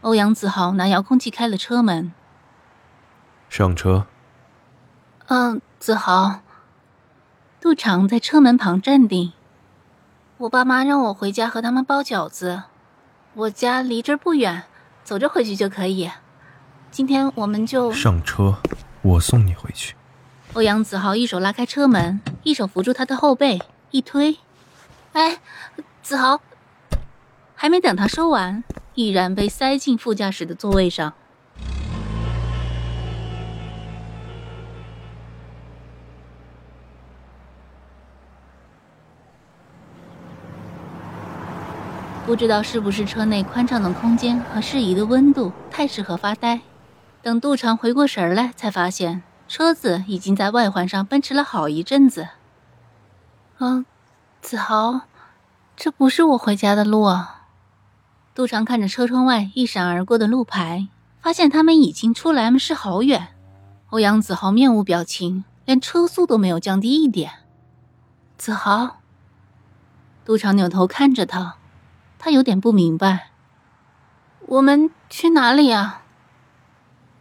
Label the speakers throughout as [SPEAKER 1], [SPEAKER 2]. [SPEAKER 1] 欧阳子豪拿遥控器开了车门。
[SPEAKER 2] 上车。
[SPEAKER 1] 嗯，子豪。杜长在车门旁站定。我爸妈让我回家和他们包饺子，我家离这儿不远，走着回去就可以。今天我们就……
[SPEAKER 2] 上车，我送你回去。
[SPEAKER 1] 欧阳子豪一手拉开车门，一手扶住他的后背，一推。哎，子豪！还没等他说完，已然被塞进副驾驶的座位上。不知道是不是车内宽敞的空间和适宜的温度太适合发呆。等杜长回过神儿来，才发现车子已经在外环上奔驰了好一阵子。嗯，子豪，这不是我回家的路啊。杜长看着车窗外一闪而过的路牌，发现他们已经出了 M 市好远。欧阳子豪面无表情，连车速都没有降低一点。子豪，杜长扭头看着他，他有点不明白，我们去哪里啊？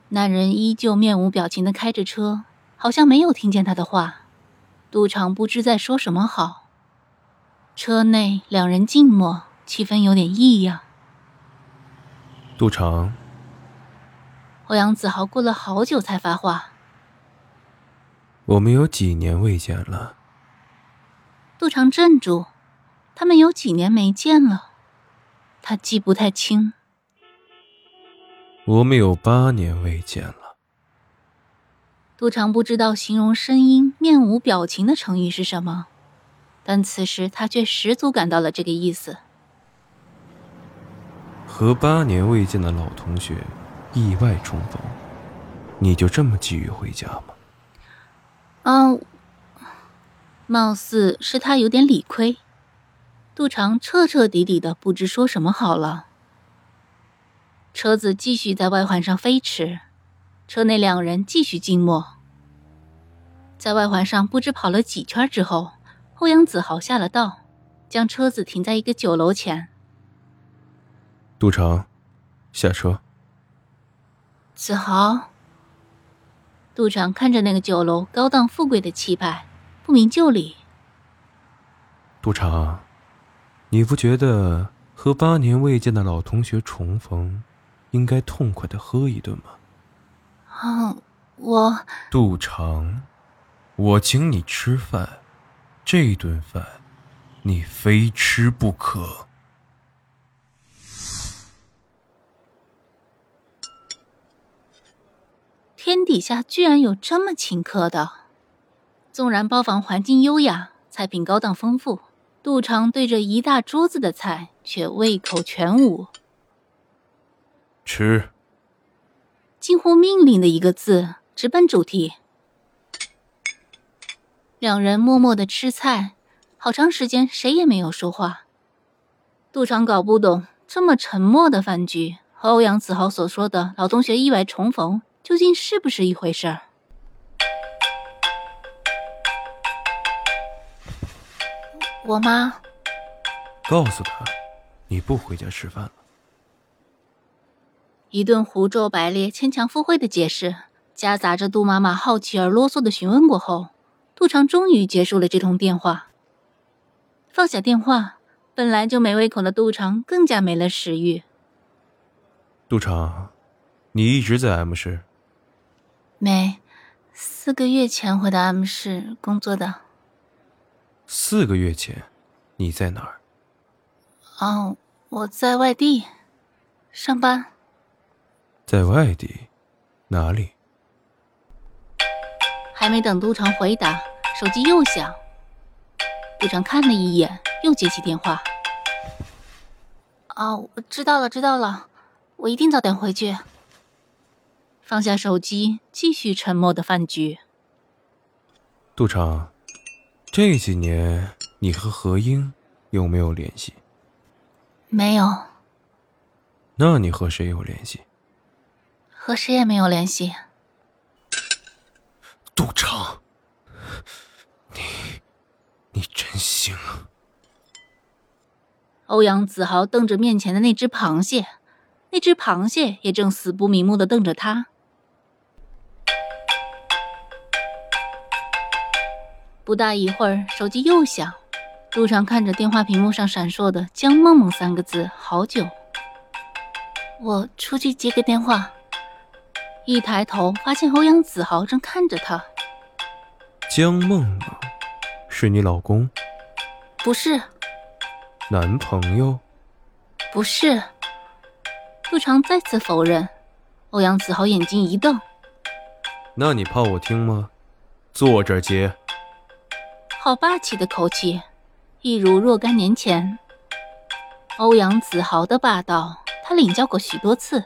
[SPEAKER 1] 男人依旧面无表情的开着车，好像没有听见他的话。杜长不知在说什么好。车内两人静默，气氛有点异样。
[SPEAKER 2] 杜长，
[SPEAKER 1] 欧阳子豪过了好久才发话，
[SPEAKER 2] 我们有几年未见了？
[SPEAKER 1] 杜长镇住，他们有几年没见了，他记不太清。
[SPEAKER 2] 我们有八年未见了。
[SPEAKER 1] 杜长不知道形容声音面无表情的成语是什么，但此时他却十足感到了这个意思。
[SPEAKER 2] 和八年未见的老同学意外重逢，你就这么急于回家吗？
[SPEAKER 1] 嗯，貌似是他有点理亏。杜长彻彻底底的不知说什么好了。车子继续在外环上飞驰，车内两人继续静默。在外环上不知跑了几圈之后，欧阳子豪下了道，将车子停在一个酒楼前。
[SPEAKER 2] 杜长，下车。
[SPEAKER 1] 子豪，杜长看着那个酒楼高档富贵的气派，不明就里。
[SPEAKER 2] 杜长，你不觉得和八年未见的老同学重逢，应该痛快的喝一顿吗？
[SPEAKER 1] 嗯，我
[SPEAKER 2] 杜长，我请你吃饭，这顿饭你非吃不可。
[SPEAKER 1] 天底下居然有这么请客的！纵然包房环境优雅，菜品高档丰富，杜长对着一大桌子的菜却胃口全无，
[SPEAKER 2] 吃。
[SPEAKER 1] 近乎命令的一个字，直奔主题。两人默默的吃菜，好长时间谁也没有说话。杜长搞不懂这么沉默的饭局和欧阳子豪所说的老同学意外重逢究竟是不是一回事儿。我妈，
[SPEAKER 2] 告诉他，你不回家吃饭了。
[SPEAKER 1] 一顿胡诌白咧、牵强附会的解释，夹杂着杜妈妈好奇而啰嗦的询问过后，杜长终于结束了这通电话。放下电话，本来就没胃口的杜长更加没了食欲。
[SPEAKER 2] 杜长，你一直在 M 市，
[SPEAKER 1] 没，四个月前回到 M 市工作的。
[SPEAKER 2] 四个月前，你在哪儿？
[SPEAKER 1] 哦，我在外地上班。
[SPEAKER 2] 在外地，哪里？
[SPEAKER 1] 还没等杜长回答，手机又响。杜长看了一眼，又接起电话。哦，我知道了，知道了，我一定早点回去。放下手机，继续沉默的饭局。
[SPEAKER 2] 杜长，这几年你和何英有没有联系？
[SPEAKER 1] 没有，
[SPEAKER 2] 那你和谁有联系？
[SPEAKER 1] 和谁也没有联系。
[SPEAKER 2] 杜长，你你真行啊！
[SPEAKER 1] 欧阳子豪瞪着面前的那只螃蟹，那只螃蟹也正死不瞑目的瞪着他。不大一会儿，手机又响，杜长看着电话屏幕上闪烁的“江梦梦”三个字，好久。我出去接个电话。一抬头，发现欧阳子豪正看着他。
[SPEAKER 2] 江梦梦，是你老公、
[SPEAKER 1] 不是，
[SPEAKER 2] 男朋友？
[SPEAKER 1] 不是。杜长再次否认。欧阳子豪眼睛一瞪，
[SPEAKER 2] 那你怕我听吗？坐这儿接。
[SPEAKER 1] 好霸气的口气，一如若干年前。欧阳子豪的霸道，他领教过许多次。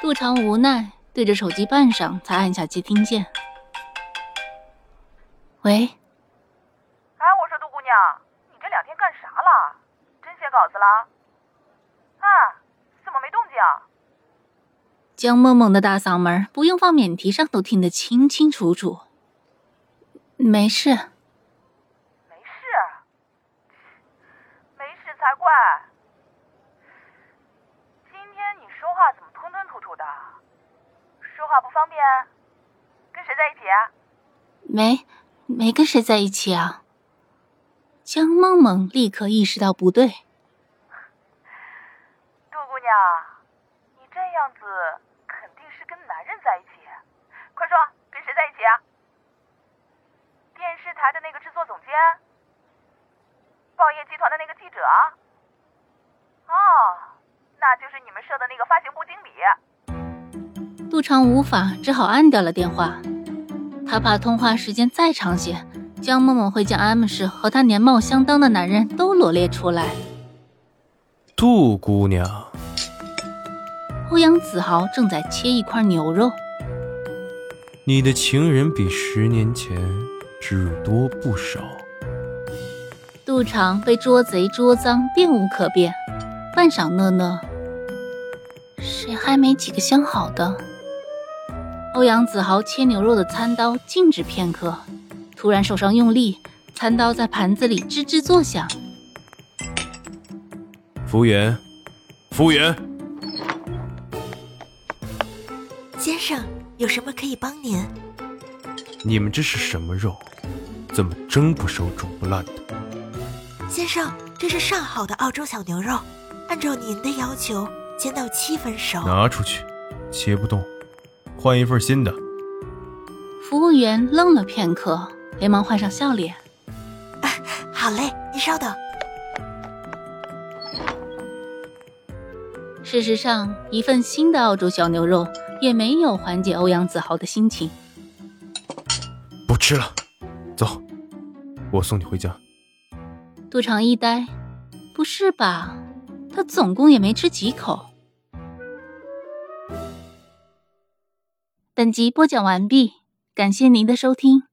[SPEAKER 1] 杜长无奈，对着手机半晌，才按下接听键。喂，
[SPEAKER 3] 哎，我说杜姑娘，你这两天干啥了？真写稿子了？啊，怎么没动静啊？
[SPEAKER 1] 江梦梦的大嗓门儿，不用放免提上都听得清清楚楚。没事，
[SPEAKER 3] 没事，没事才怪。今天你说话怎么吞吞吐吐的？说话不方便？跟谁在一起？啊
[SPEAKER 1] 没没跟谁在一起啊。江梦梦立刻意识到不对，
[SPEAKER 3] 杜姑娘，你这样子肯定是跟男人在一起。啊快说，跟谁在一起啊？电视台的那个制作总监？报业集团的那个记者？哦，那就是你们社的那个发行部经理。
[SPEAKER 1] 杜长无法，只好按掉了电话。他怕通话时间再长些，江梦梦会将 M 氏和他年貌相当的男人都罗列出来。
[SPEAKER 2] 杜姑娘，
[SPEAKER 1] 欧阳子豪正在切一块牛肉，
[SPEAKER 2] 你的情人比十年前只多不少。
[SPEAKER 1] 杜长被捉贼捉赃，辩无可辩，半晌讷讷。谁还没几个相好的？欧阳子豪切牛肉的餐刀静止片刻，突然手上用力，餐刀在盘子里吱吱作响。
[SPEAKER 2] 服务员，服务员，
[SPEAKER 4] 先生，有什么可以帮您？
[SPEAKER 2] 你们这是什么肉？怎么蒸不熟煮不烂的？
[SPEAKER 4] 先生，这是上好的澳洲小牛肉，按照您的要求煎到七分熟。
[SPEAKER 2] 拿出去，切不动，换一份新的。
[SPEAKER 1] 服务员愣了片刻，连忙换上笑脸。
[SPEAKER 4] 好嘞，您稍等。
[SPEAKER 1] 事实上，一份新的澳洲小牛肉也没有缓解欧阳子豪的心情。
[SPEAKER 2] 不吃了，走，我送你回家。
[SPEAKER 1] 杜长一呆，不是吧？他总共也没吃几口。本集播讲完毕，感谢您的收听。